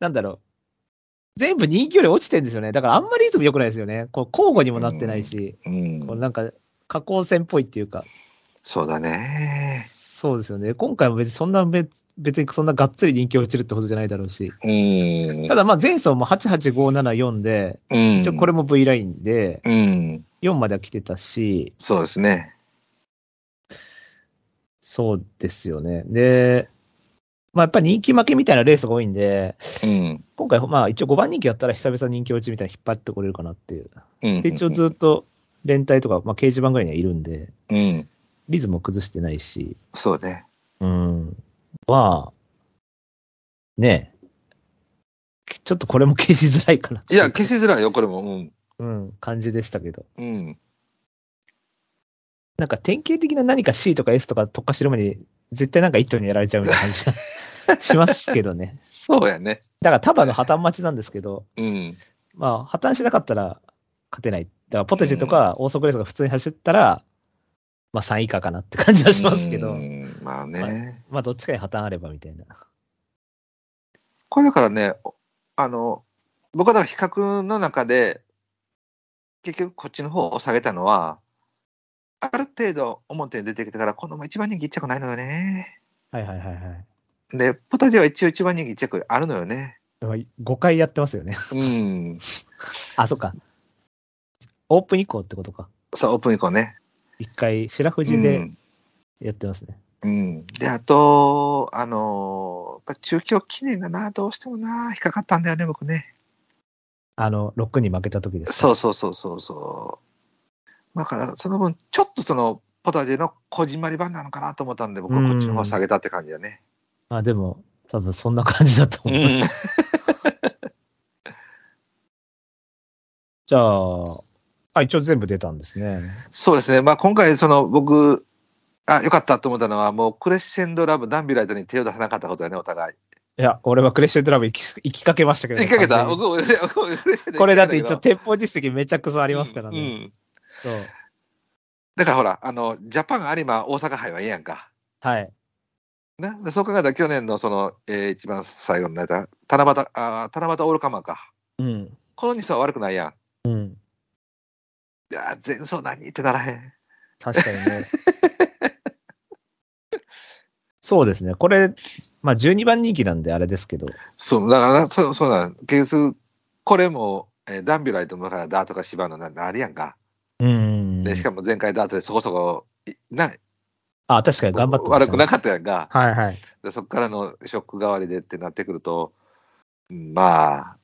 なんだろう。全部人気より落ちてるんですよね。だからあんまりいつも良くないですよね。こう交互にもなってないし、
う。
こうんなんか、下降線っぽいっていうか、
そうだね。
そうですよね。今回も別にそんな別、別にそんながっつり人気落ちるってほどじゃないだろうし。
うん。
ただまあ前走も88574で、
うん。
一応これも V ラインで、
うん。
4までは来てたし、
そうですね。
そうですよね。で、まあやっぱり人気負けみたいなレースが多いんで、
うん。
今回まあ一応5番人気やったら久々人気落ちみたいな引っ張ってこれるかなっていう。
うん
で、一応ずっと連帯とか、まあ掲示板ぐらいにはいるんで、
うん。
リズムも崩してないし、
そうね。
うん。まあ、ねえ。ちょっとこれも消しづらいかなって
いや、消しづらいよ、これも。うん。
うん、感じでしたけど。
うん。
なんか典型的な何か C とか S とか特化してる前に、絶対なんか一頭にやられちゃうような感じがしますけど (laughs) ね。
そうやね。
だから束の破綻待ちなんですけど、
うん。
まあ破綻しなかったら勝てない。だからポテチとかオーソクレースが普通に走ったら、まあ3以下かなって感じはしますけ
う
ど、
んまあね。
まあどっちかに破綻あればみたいな。
これだからね、おあの、僕はだから比較の中で、結局こっちの方を下げたのは、ある程度表に出てきてから、このま一番人気一着ないのよね。
はいはいはいはい。
で、ポタジェは一応一番人気一着あるのよね。
5回やってますよね。
うん。
あ、そっか。オープン以降ってことか。
さあ、オープン以降ね。
一回、白富士
う
で
ん
やってますね。
うん、で、あと、あのーやっぱ中京記念がな、どうしてもな、引っかかったんだよね、僕ね。
あの、ロックに負けた時です。
そうそうそうそうそう。だから、その分、ちょっとその、ポタジェのこじんまり版なのかなと思ったんで、僕はこっちの方下げたって感じだね。
まあでも、多分そんな感じだと思います。 (laughs) じゃあ、あ、一応全部出たんですね。
(laughs) そうですね。まあ、今回、その、僕、あ、よかったと思ったのは、もう、クレッシェンドラブ、ダンビュライトに手を出さなかったことだね、お互い。
いや、俺はクレッシェンドラブ行き行きかけましたけど、
引っ掛けた
完全
僕
に
も、僕もクレッシェンド
これだって
引
一
っ
応、
掛
鉄砲実績めちゃくそあ
け
り
たけど
ますからね。
うんうん
そう
だから、ほら、あの、ジャパン有馬大阪杯はいいやんか。
はい。
なでそう考えたら、去年のその、えー一番最後になった、七夕、あー七夕オールカマンか。
うん。
この2層は悪くないや
う
ん。
ん。
いやー前奏何ってならへん。
確かに
(laughs)
ね。そうですね。これ、まあ12番人気なんであれですけど。
そう、だから、そうそうなん。結局、これも、えーダンビュライトもだからダートか芝のななるやんか。
うん。
で、しかも前回ダートでそこそこ、いな
あ、確かに頑張ってま
悪
した
く
ね、
なかったやんか。
はいはい。
でそこからのショック代わりでってなってくると、うんまあ、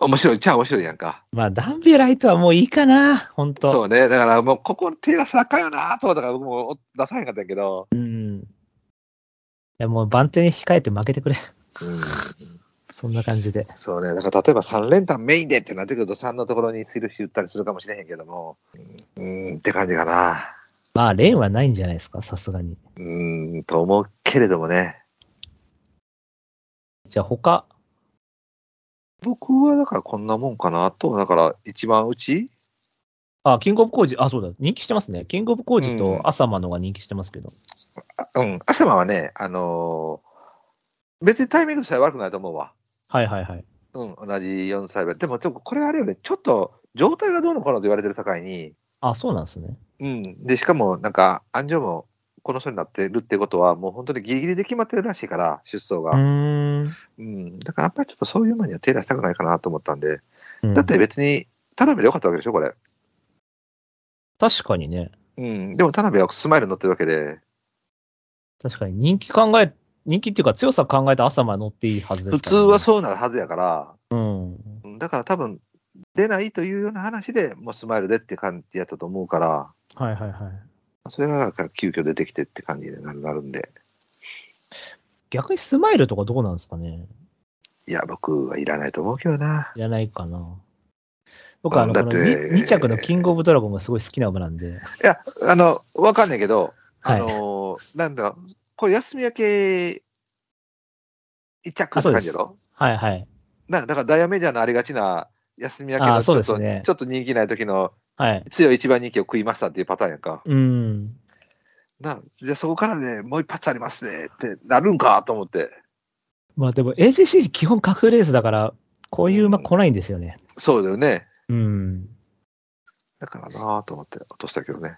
面白いっちゃ面白いやんか。
まあ、ダンビュライトはもういいかな、本当
そうね。だからもう、ここ手がさかよなと思ったから、僕も出さへんかったんやけど、
うん。いや、もう番手に控えて負けてくれ。
うん
(laughs) そんな感じで。
そうね、だから例えば3連単メインでってなってくると3のところに印打ったりするかもしれへんけども、うーんって感じかな。
まあ、連はないんじゃないですか、さすがに。
うーんと思うけれどもね、
じゃあ、他。
僕はだからこんなもんかなと、だから一番うち、
あ、キングオブコージ、あ、そうだ、人気してますね。キングオブコージ
うん
と朝間のが人気してますけど。
あうん、朝間はね、あのー別にタイミングとしては悪くないと思うわ。
はいはいはい。
うん、同じ4歳でも、でもこれあれよね、ちょっと状態がどうのこうのと言われてる境に、
あ、そうなんですね。
うん、で、しかもなんか、安城もこの人になってるってことは、もう本当にギリギリで決まってるらしいから、出走
うー
が。
ん。
うん、だからあんまりちょっとそういう馬には手出したくないかなと思ったんで、
うん
だって別に、田辺でよかったわけでしょ、これ。
確かにね。
うん、でも田辺はスマイル乗ってるわけで、
確かに人気考え、人気っていうか強さ考えた朝間乗っていいはずで
普
すか
通
ら、
はそうなるはずやから、
う。うん。
うんだから多分出ないというような話でもうスマイルでって感じやったと思うから
はいはいはい。
それがなんか急遽出てきてって感じになるなるんで
逆にスマイルとかどうなんですかね
いや僕はいらないと思うけどない
らないかな。僕あの、
だ
こ
っ
の
て
2, 着のキングオブドラゴンがすごい好きな馬なんで。
いやあのわかんないけど
は
あ
い。
のーなんだろうこれ休み明け一着
あ
っ
そ
て
うで
感
す
じやろ
はいはい。
なんかだからダイヤメジャーのありがちな休み明け
あ
のち
そう
ょ
で
っと,、
すね
ちょっと人気ない時の
はい。
強い一番人気を食いましたっていうパターンやんか
うん。
なじゃあそこからねもう一発ありますねってなるんかと思って
まあでも AGC 基本架空レースだから、こういう馬来ないんですよね。
そうだよね
うん。
だからなぁと思って落としたけどね。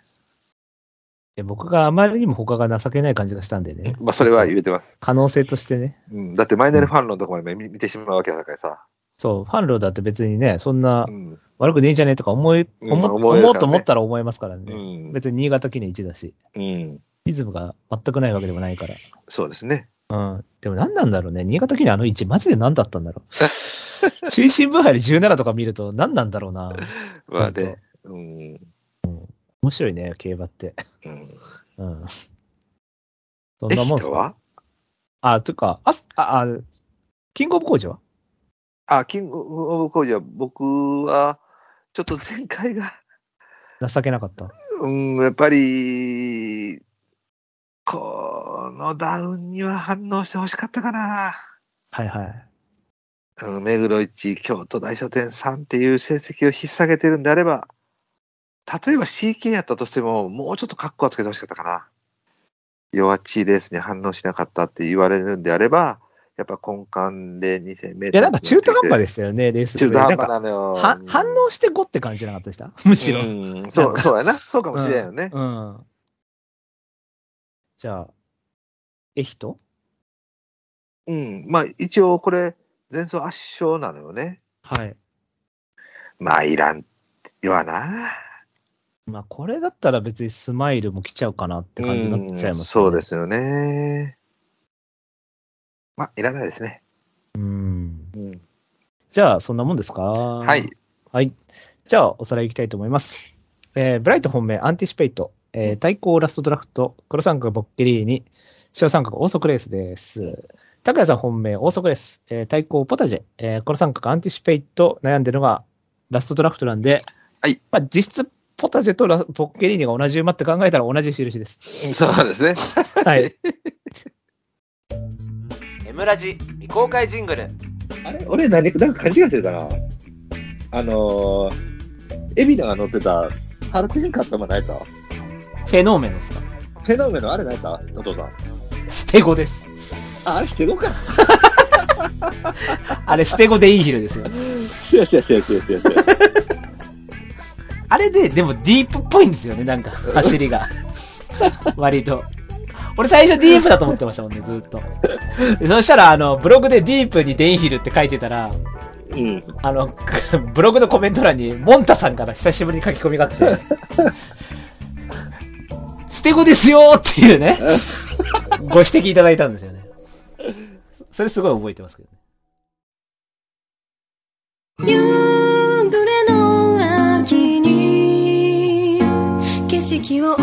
で僕があまりにも他が情けない感じがしたんでね。
まあ、それは言えてます。
可能性としてね。
うん、だって、マイナルファンのとこまで見見てしまうわけだからさ。
そう、ファンローだって別にね、そんな
うん。
悪くねえんじゃねえとか思い、
うん
思
思えるからね
思うと思ったら思いますから
う
ね。
ん。
別に新潟記念1だし、
うん。
リズムが全くないわけでもないから。
そうですね。
うん。でも何なんだろうね。新潟記念あの1、マジで何だったんだろう。 (laughs) 中心部入り17とか見ると何なんだろうな。
ま
ほ
あ
ん
ね
と。
うん。
面白いね、競馬って。
うん。
うん。そんなもんっす
人
か
は
あ、とか、あす、あ、あ、キングオブコーチは
あ、キングオブコージは僕は、ちょっと前回が、 (laughs)
情けなかった。
うん、やっぱり、このダウンには反応してほしかったかな。
はいはい。
うん目黒一、京都大書店さんっていう成績を引っ提げてるんであれば、例えば CK やったとしても、もうちょっとカッコはつけてほしかったかな。弱っちいレースに反応しなかったって言われるんであれば、やっぱ根幹で2000メートル。
いや、なんか中途半端でしたよね、レース
中途半端
な
なのよ。
んかは反応してこって感じじゃなかったでしたむしろ。
うん、そう、そうやな。そうかもしれんよね。
うん。じゃあ、エヒト
うん。まあ、一応これ、前走圧勝なのよね。
はい。
まあ、いらん、よはな。
まあ、これだったら別にスマイルも来ちゃうかなって感じになっちゃいます、ね
うんそうで。すよね。まあ、いらないですね。
うん。
うん
じゃあ、そんなもんですかは
はい。
はい。じゃあ、おさらいいきたいと思います。えーブライト本命、アンティシペイト、えー対抗ラストドラフト、黒三角ボッケリーニ、白三角、オーソクレースです。拓也さん本命、オーソクレース、えー対抗ポタジェ、えー黒三角、アンティシペイト、悩んでるのがラストドラフトなんで、
はい。
まあ、実質、ポタジェとラボッケリーニが同じ馬って考えたら同じ印です。
そうですね。
はい。エムラジ未公開ジングル。
あれ俺何、なんか勘違いしてるかなあのー、エビナが乗ってた、ハルクジンカットもないと。
フェノーメンですか
フェノメのあれないとお父さん。
ステゴです。
あ、あれしてるか。
あれ、ステゴデインヒルですよ。
(laughs) いやいやいやいやいやいや。
あれで、でもディープっぽいんですよね、なんか、走りが。割と。俺最初ディープだと思ってましたもんね、ずーっと。でそしたら、あの、ブログでディープにデインヒルって書いてたら、
うん。
あの、 (laughs) ブログのコメント欄に、モンタさんから久しぶりに書き込みがあって、 (laughs) 捨て子ですよーっていう (laughs) ね、ご指摘いただいたんですよね。それすごい覚えてますけどね。
夕暮れの秋に景色を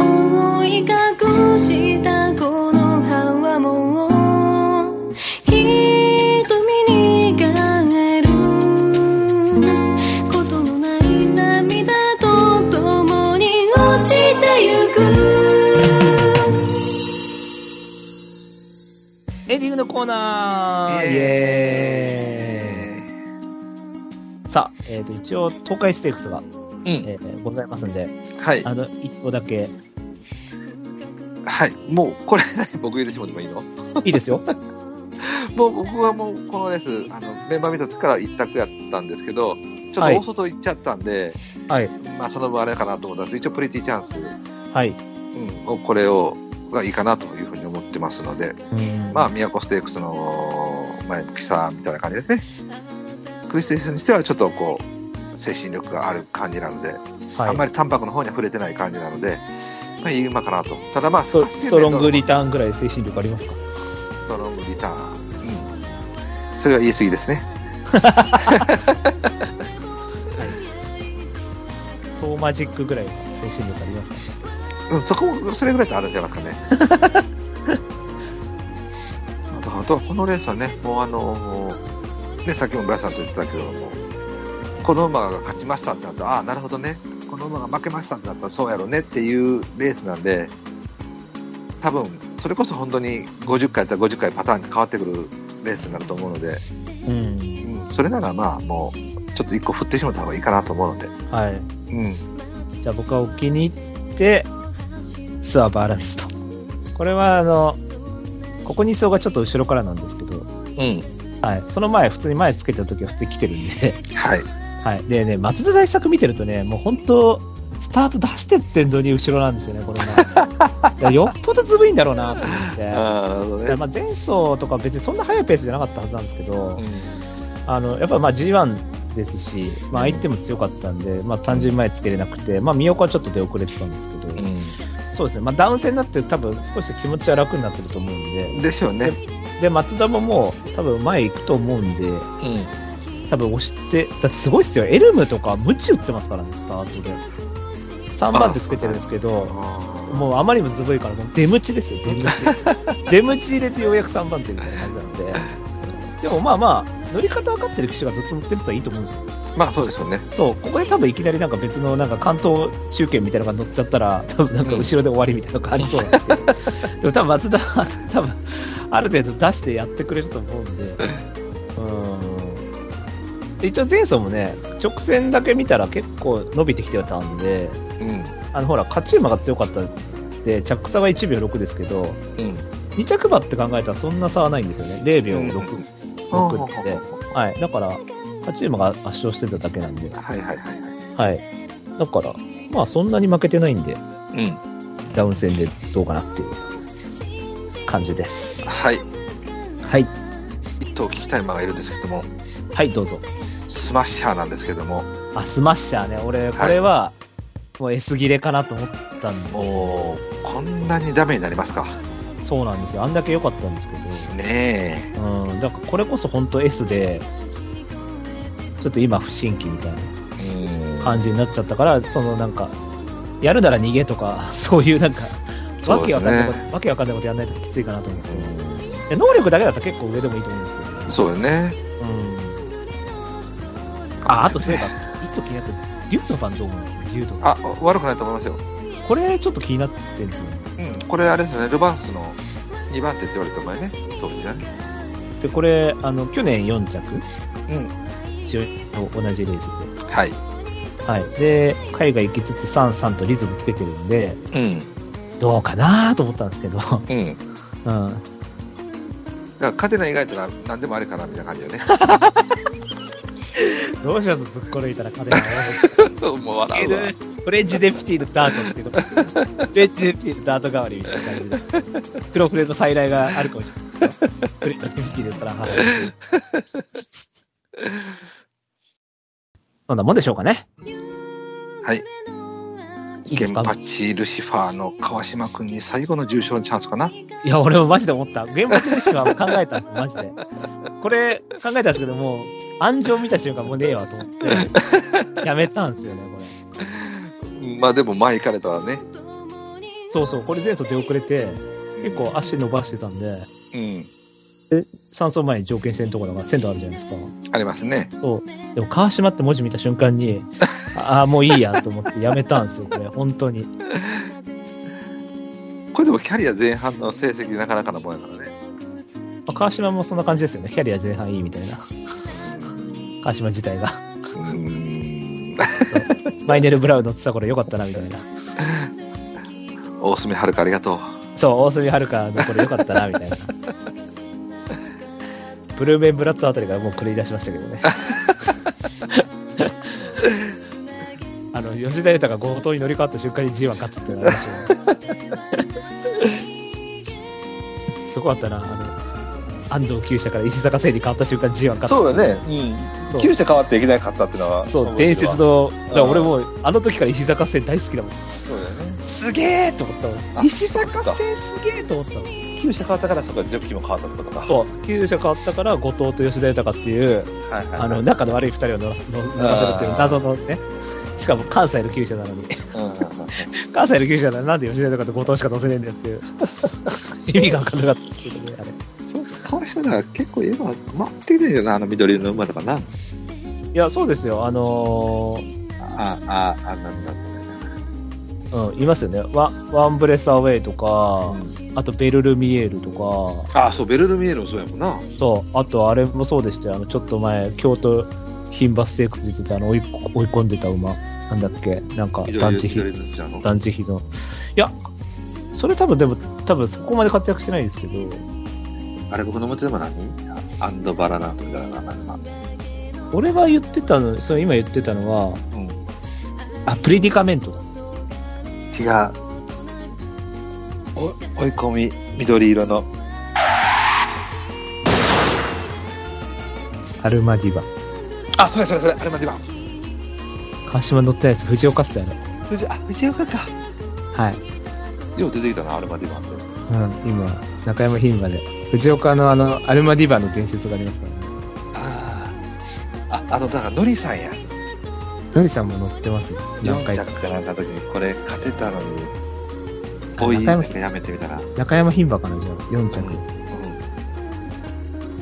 覆い隠したこの葉はもう瞳にが
グのコーナー
イ
イ
エ
エーイさあ、えっ、と、一応、東海ステークスが、
うん。
えーございますんで、
はい。
あの、一個だけ、
はい。もう、これ、僕許してもらってもいいの
いいですよ。
もう、僕はもう、このレース、あの、メンバー見た時から一択やったんですけど、ちょっ
は
と
い
大外行っちゃったんで、
(laughs) はい。
まあ、その分あれかなと思ったんです一応、プリティチャンス、
はい。
うん、をこれを、がいいかなというふうに思ってますので、まあ、宮古ステークスの前向きさみたいな感じですね。クリスティスにしては、ちょっとこう、精神力がある感じなので、
はい、
あんまり淡白の方には触れてない感じなので、まあ、いい馬かなと。ただまあ、
ストストロングリ
タ
ターンぐらい精神力ありますか
ーン。ストロングリターン。うん。それは言い過ぎですね。
ソーマジックぐらいの精神力ありますか
うん、そこも、それぐらいとあるんじゃないですか (laughs) ね。あとあとはこのレースはね、もうあのーね、さっきも村井さんと言ってたけども、この馬が勝ちましたってなったら、ああ、なるほどね、この馬が負けましたってなったら、そうやろねっていうレースなんで、多分それこそ本当に50回やったら50回パターンが変わってくるレースになると思うので、
うん。
うん、それならまあ、もう、ちょっと1個振ってしまった方がいいかなと思うので、
はい。
うん、
じゃあ僕はお気に入って、スワバーラミスト。これはあの、ここに層がちょっと後ろからなんですけど、
うん、
はい。その前、普通に前つけてた時は普通に来てるんで、 (laughs)
はい、
はい。でね、松田大作見てるとね、もう本当、スタート出してってんのに後ろなんですよね、これが。
(laughs)
だからよっぽどずぶいんだろうなと思って。
ああ、なるほど
だからまあ前走とか別にそんな速いペースじゃなかったはずなんですけど、
うん
あのやっぱまあ G1 ですし、まあ、相手も強かったんで、まあ、単純に前つけれなくて、まあ、三岡はちょっと出遅れてたんですけど、そうですね、まあ、ダウン戦になって、多分少し気持ちは楽になってると思うんで、
でしょうね。
で松田ももう、多分前行くと思うんで、
うん。
多分押して、だってすごいっすよ、エルムとか、ムチ打ってますからね、スタートで。3番手つけてるんですけど、
も
もうあまりにもずぶいから、もう出ムチですよ、出ムチ。出ムチ入れてようやく3番手みたいな感じなんで、でもまあまあ、乗り方分かってる騎手がずっと乗ってるやつはいいと思うんですよ。
う、まあそうですよね。
そう、ここで多分いきなりなんか別のなんか関東中継みたいなのが乗っちゃったら、 (laughs) 多分なんか後ろで終わりみたいなのがありそうなんですけど、でも多分松田は多分ある程度出してやってくれると思うんで、うん。で一応前走もね、直線だけ見たら結構伸びてきてたんで、
うん。
あのほら、勝ち馬が強かったんで、着差は1秒6ですけど、
うん。
2着馬って考えたらそんな差はないんですよね。0秒6。
うん
6って。はい。だから、勝ち馬が圧勝してただけなんで。
はいはいはい。
はい。だから、まあそんなに負けてないんで、
うん。
ダウン戦でどうかなっていう感じです。
はい。
はい。
一頭聞きたい馬がいるんですけども、
はい、どうぞ。
スマッシャーなんですけども、
あ、スマッシャーね。俺、これは、もう S 切れかなと思ったんですよ
もう、こんなにダメになりますか。
そうなんですよ。あんだけ良かったんですけ
ね
ど。うん。だからこれこそ本当 S で、ちょっと今不審期みたいな
え。うん
感じになっちゃったから、そのなんか、やるなら逃げとか、 (laughs) そういうなんか、わけわかんないこと、わけわかんないことやらないときついかなと思うんですけど。で能力だけだったら結構上でもいいと思うんですけど、ね。
そうよね。
うん。あ、あとそうだ。一頭気になって、デューの番どう思うんですかデューとか。
あ、悪くないと思いますよ。
これちょっと気になってるんですよね。
うん。これあれですよね、ルバンスの2番手って言われた前ね、当時ね。
で、これ、あの、去年4着。
うん。
一応、同じレース
はい。
で。はい。で、海外行きつつ3、3とリズムつけてるんで、
うん。
どうかなと思ったんですけど、 (laughs)
うん。
うん。
だから、勝てない以外ってのは何でもあれかなみたいな感じよね。
どうしますぶっこ抜いたら金が
(laughs) もう笑
フ
うわ。
レンチデピティのダートっていうことフレンチデピティのダート代わりみたいな感じで黒フレード再来があるかもしれないフレンチデピティですからはいそんなもんでしょうかね
はい
いいで
原
すか
パチルシファーの川島君に最後の重賞のチャンスかな。
いや俺もマジで思った現場中心はもう考えたんですマジでこれ考えたんですけどもう暗状見た瞬間もうねえわと思ってやめたんですよねこれ
まあでも前行かれたらね。
そうそうこれ前走出遅れて結構足伸ばしてたんで
うん。
3走前に条件戦のとこだから鮮度あるじゃないですか
ありますね。
でも川島って文字見た瞬間に、ああ、もういいやと思ってやめたんですよ、これ、本当に。
これでもキャリア前半の成績なかなかなもんやからね。
まあ川島もそんな感じですよね。キャリア前半いいみたいな。川島自体が。
うん。
マイネル・ブラウン乗ってた頃よかったな、みたいな。
(laughs) 大隅遥ありがとう。
そう、大隅遥香の頃よかったな、みたいな。ブルーメンブラッドあたりからもう繰り出しましたけどね。 (laughs) あの、吉田豊が強盗に乗り換わった瞬間に G1 勝つっていうのがありましたよねすごかったな、あの、安藤厩舎から石坂聖に変わった瞬間 G1 勝つ
そうだね。う
そ
ん。
う
九州変わっていけなかったっていうのは。
そう、伝説の、
の。
だから
うん
俺もうあの時から石坂聖大好きだもん。
そうだよね。
すげえと思ったも
あ
ん。石坂聖すげえと思ったもん。
九州変わったから、そうか、ジョッキーも変わったってことか。
そう、厩舎変わったから後藤と吉田豊っていう、
はいはい。
あの、仲の悪い二人を乗ら乗乗らせるっていう謎のね、しかも関西の厩舎なのに、 (laughs)
う
関西の厩舎なのになんで吉田豊と後藤しか乗せねえんだよって
(laughs)
いう、意味が分かんなかったですけどね、あれ。
んうん。そう、川島だから結構今、待ってないよな、あの緑の馬とかな。
いや、そうですよ、あのー
あ、あ、あ、なんだ。
うん、いますよね。ワワンブレスアウェイとか、あとベルルミエールとか、
あ、そう、ベルルミエールもそうやもんな。
そう、あとあれもそうでしたよ、あの、ちょっと前、京都牝馬ステークス出てた、あの追い、追い込んでた馬、なんだっけ、なんか、団地
緑のじゃの。
団地比の。いや、それ多分でも、多分そこまで活躍してないですけど、
あれ僕の持ちでも何アンドバラナとかな、なんか。
俺が言ってたの、その今言ってたのは、
うん。
あ、プリディカメントだ。
違う。お追い込み、緑色の。
アルマディバ。
あ、それそれそれ、あれ待ってば。
川島乗ってないです。藤岡っすよね。
藤あ、藤岡か。
はい。
よう出てきたな、アルマディバンって。
うん、今、中山牝馬で。藤岡のあの、アルマディバの伝説がありますからね。
ああ。あ、あの、だから、ノリさんや。
のりさんも乗ってますね。何
4
回か。
着からなった時に、これ、勝てたのに、
あ
おい、な
中
ん
山
かやめてみたら。うん。
中山牝馬かな、じゃあ。4着。
う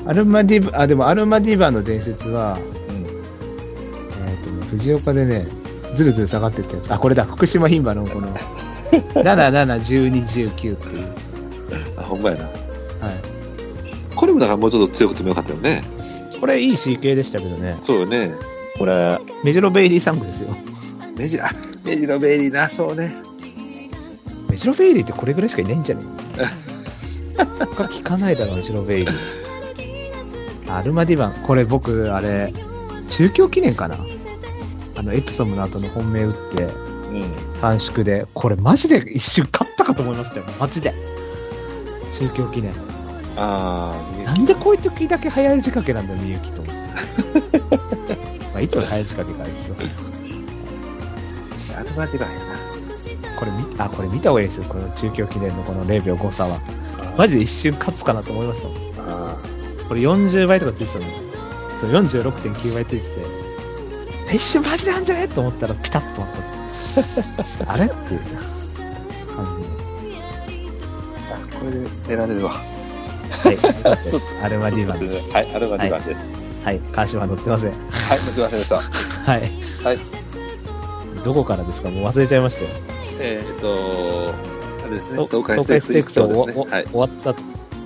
アルマディバ、あ、でもアルマディバの伝説は、
ん。
えー、とね、藤岡でね、ずるずる下がってったやつ。あ、これだ、福島牝馬のこの、771219っていう。
うん。あ、ほんまやな。
は
これもだから、もうちょっと強くてもよかったよね。
い。これいい CK でしたけどね。
そうよね。
これ、メジロベイリーサングですよ。
メジ、あ、メジのベイリーな、そうね。
メジロベイリーってこれぐらいしかいないんじゃ
(laughs)
ねえ他聞かないだろ、メジロベイリー。アルマディバン。これ僕、あれ、中京記念かなあの、エプソムの後の本命打って、
うん。
短縮で、これマジで一瞬勝ったかと思いましたよ。マジで。中京記念。
ああ、
なんでこういう時だけ早仕掛けなんだ、みゆきと思って。まあ、いつも早仕掛けがあいつは。
アルマディバンやな。
これ見、あ、これ見た方がいいですよ。この中京記念のこの0秒誤差は。マジで一瞬勝つかなと思いましたもん。
あ
これ40倍とかついてたのに。そう、46.9倍ついてて。一瞬マジであんじゃねと思ったらピタッと待った。あれっていう感じの。
あ、これで出られるわ。
はい、よかったです。アルマディバンです。
はい、アルマディバンです。はい、
はい、川島乗ってません。
すいませんでした。
はい。
はい。
どこからですかもう忘れちゃいましたよ。
えーっと、あれですね、
東海ステークスは
そう
終
です
わ
ね。はい。
終わった、終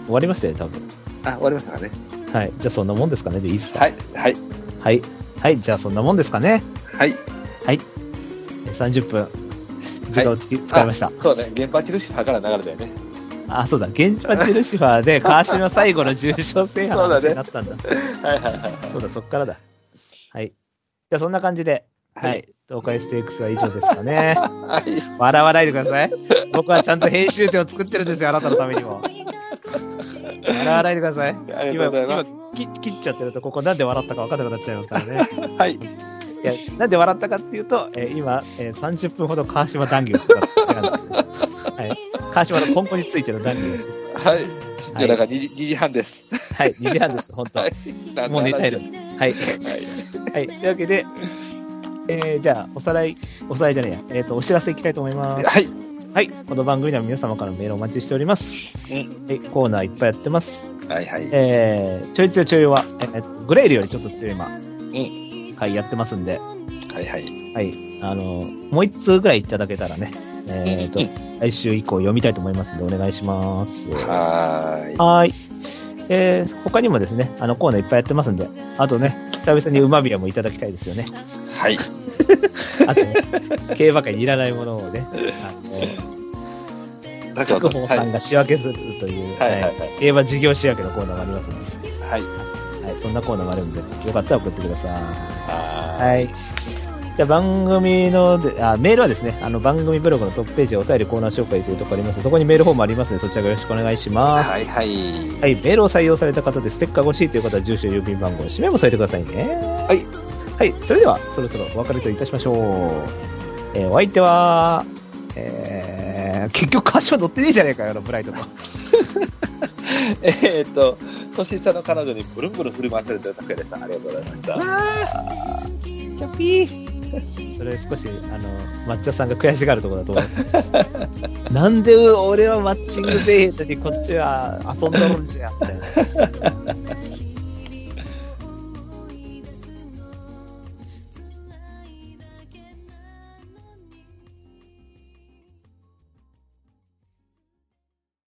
わりましたよね、多分。
あ、終わりましたかね。
はい。じゃあそんなもんですかねでいいですか
はい、はい、
はい。はい。じゃあそんなもんですかね。
はい。
え30分、時間をつき、使いました。
そうね、現場チルシファーから流れだよね。
あ、そうだ。現場チルシファー
(laughs)
で川島最後の重症制覇の話になったんだ。
はいはいはい。
そうだ、そっからだ。はい。じゃあそんな感じで、はい。
はい
東海ステークスは以上ですかね。
はい。
笑わないでください。僕はちゃんと編集点を作ってるんですよ、あなたのためにも。笑わないでください。
あり
今
がとうございま
今
す。
切切っちゃってると、ここなんで笑ったか分かんなくなっちゃいますからね。
はい。
いや、なんで笑ったかっていうと、えー今、えー30分ほど川島談義をしてたって感じです、はい。川島の根本についての談義をして
はい。
は
夜
い
中2時2時半です。
はい、2時半です、本当。
はい
もう寝たいの。
は
はい。はい、というわけで、えーじゃあ、おさらい、おさらいじゃねえや、えっ、と、お知らせいきたいと思いま
い。
す。
はい。
はい、この番組では皆様からのメールをお待ちしております。
うん
はい、コーナーいっぱいやってます。
はいはい。
えー、ちょい強いちょいは、えーグレイルよりちょっと強い今、
ん
はい、やってますんで、
はいはい。
はい、あの、もう1通ぐらいいただけたらね、えっ、
(laughs)
と
う、
来週以降読みたいと思いますんで、お願いします。
はーい。
はい。えー他にもですね、あのコーナーいっぱいやってますんで、あとね、久々に馬ビアもいただきたいです
(laughs)
よね。
はい。
あとね、競馬界にいらないものをね、あの
だ
白鵬さんが仕分けするという、
はいはい
は
はいいはい
競馬事業仕分けのコーナーがありますので、
はい。
はい、そんなコーナーもあるんで、よかったら送ってください。
は
はい。じゃあ番組のであ、メールはですね、あの番組ブログのトップページお便りコーナー紹介というところありますのでそこにメールフォームありますので、そちらがよろしくお願いし
い。
ます。
は。
はいい。
はい。
メールを採用された方でステッカー欲しいという方は住所、郵便番号、氏名も添えてくださいね。
はい。
はい。それでは、そろそろお別れといたしましょう。えーお相手は、えー、結局歌詞を取ってねえじゃねえかよ、あのブライトの。
えーっと、年下の彼女にブルンブルン振り回されてる拓也でした。ありがとうございました。
キャピーそれ少しあの抹茶さんが悔しがるところだと思い (laughs) ますなんで俺はマッチングせえへんのにこっちは遊んどるんじゃみたいな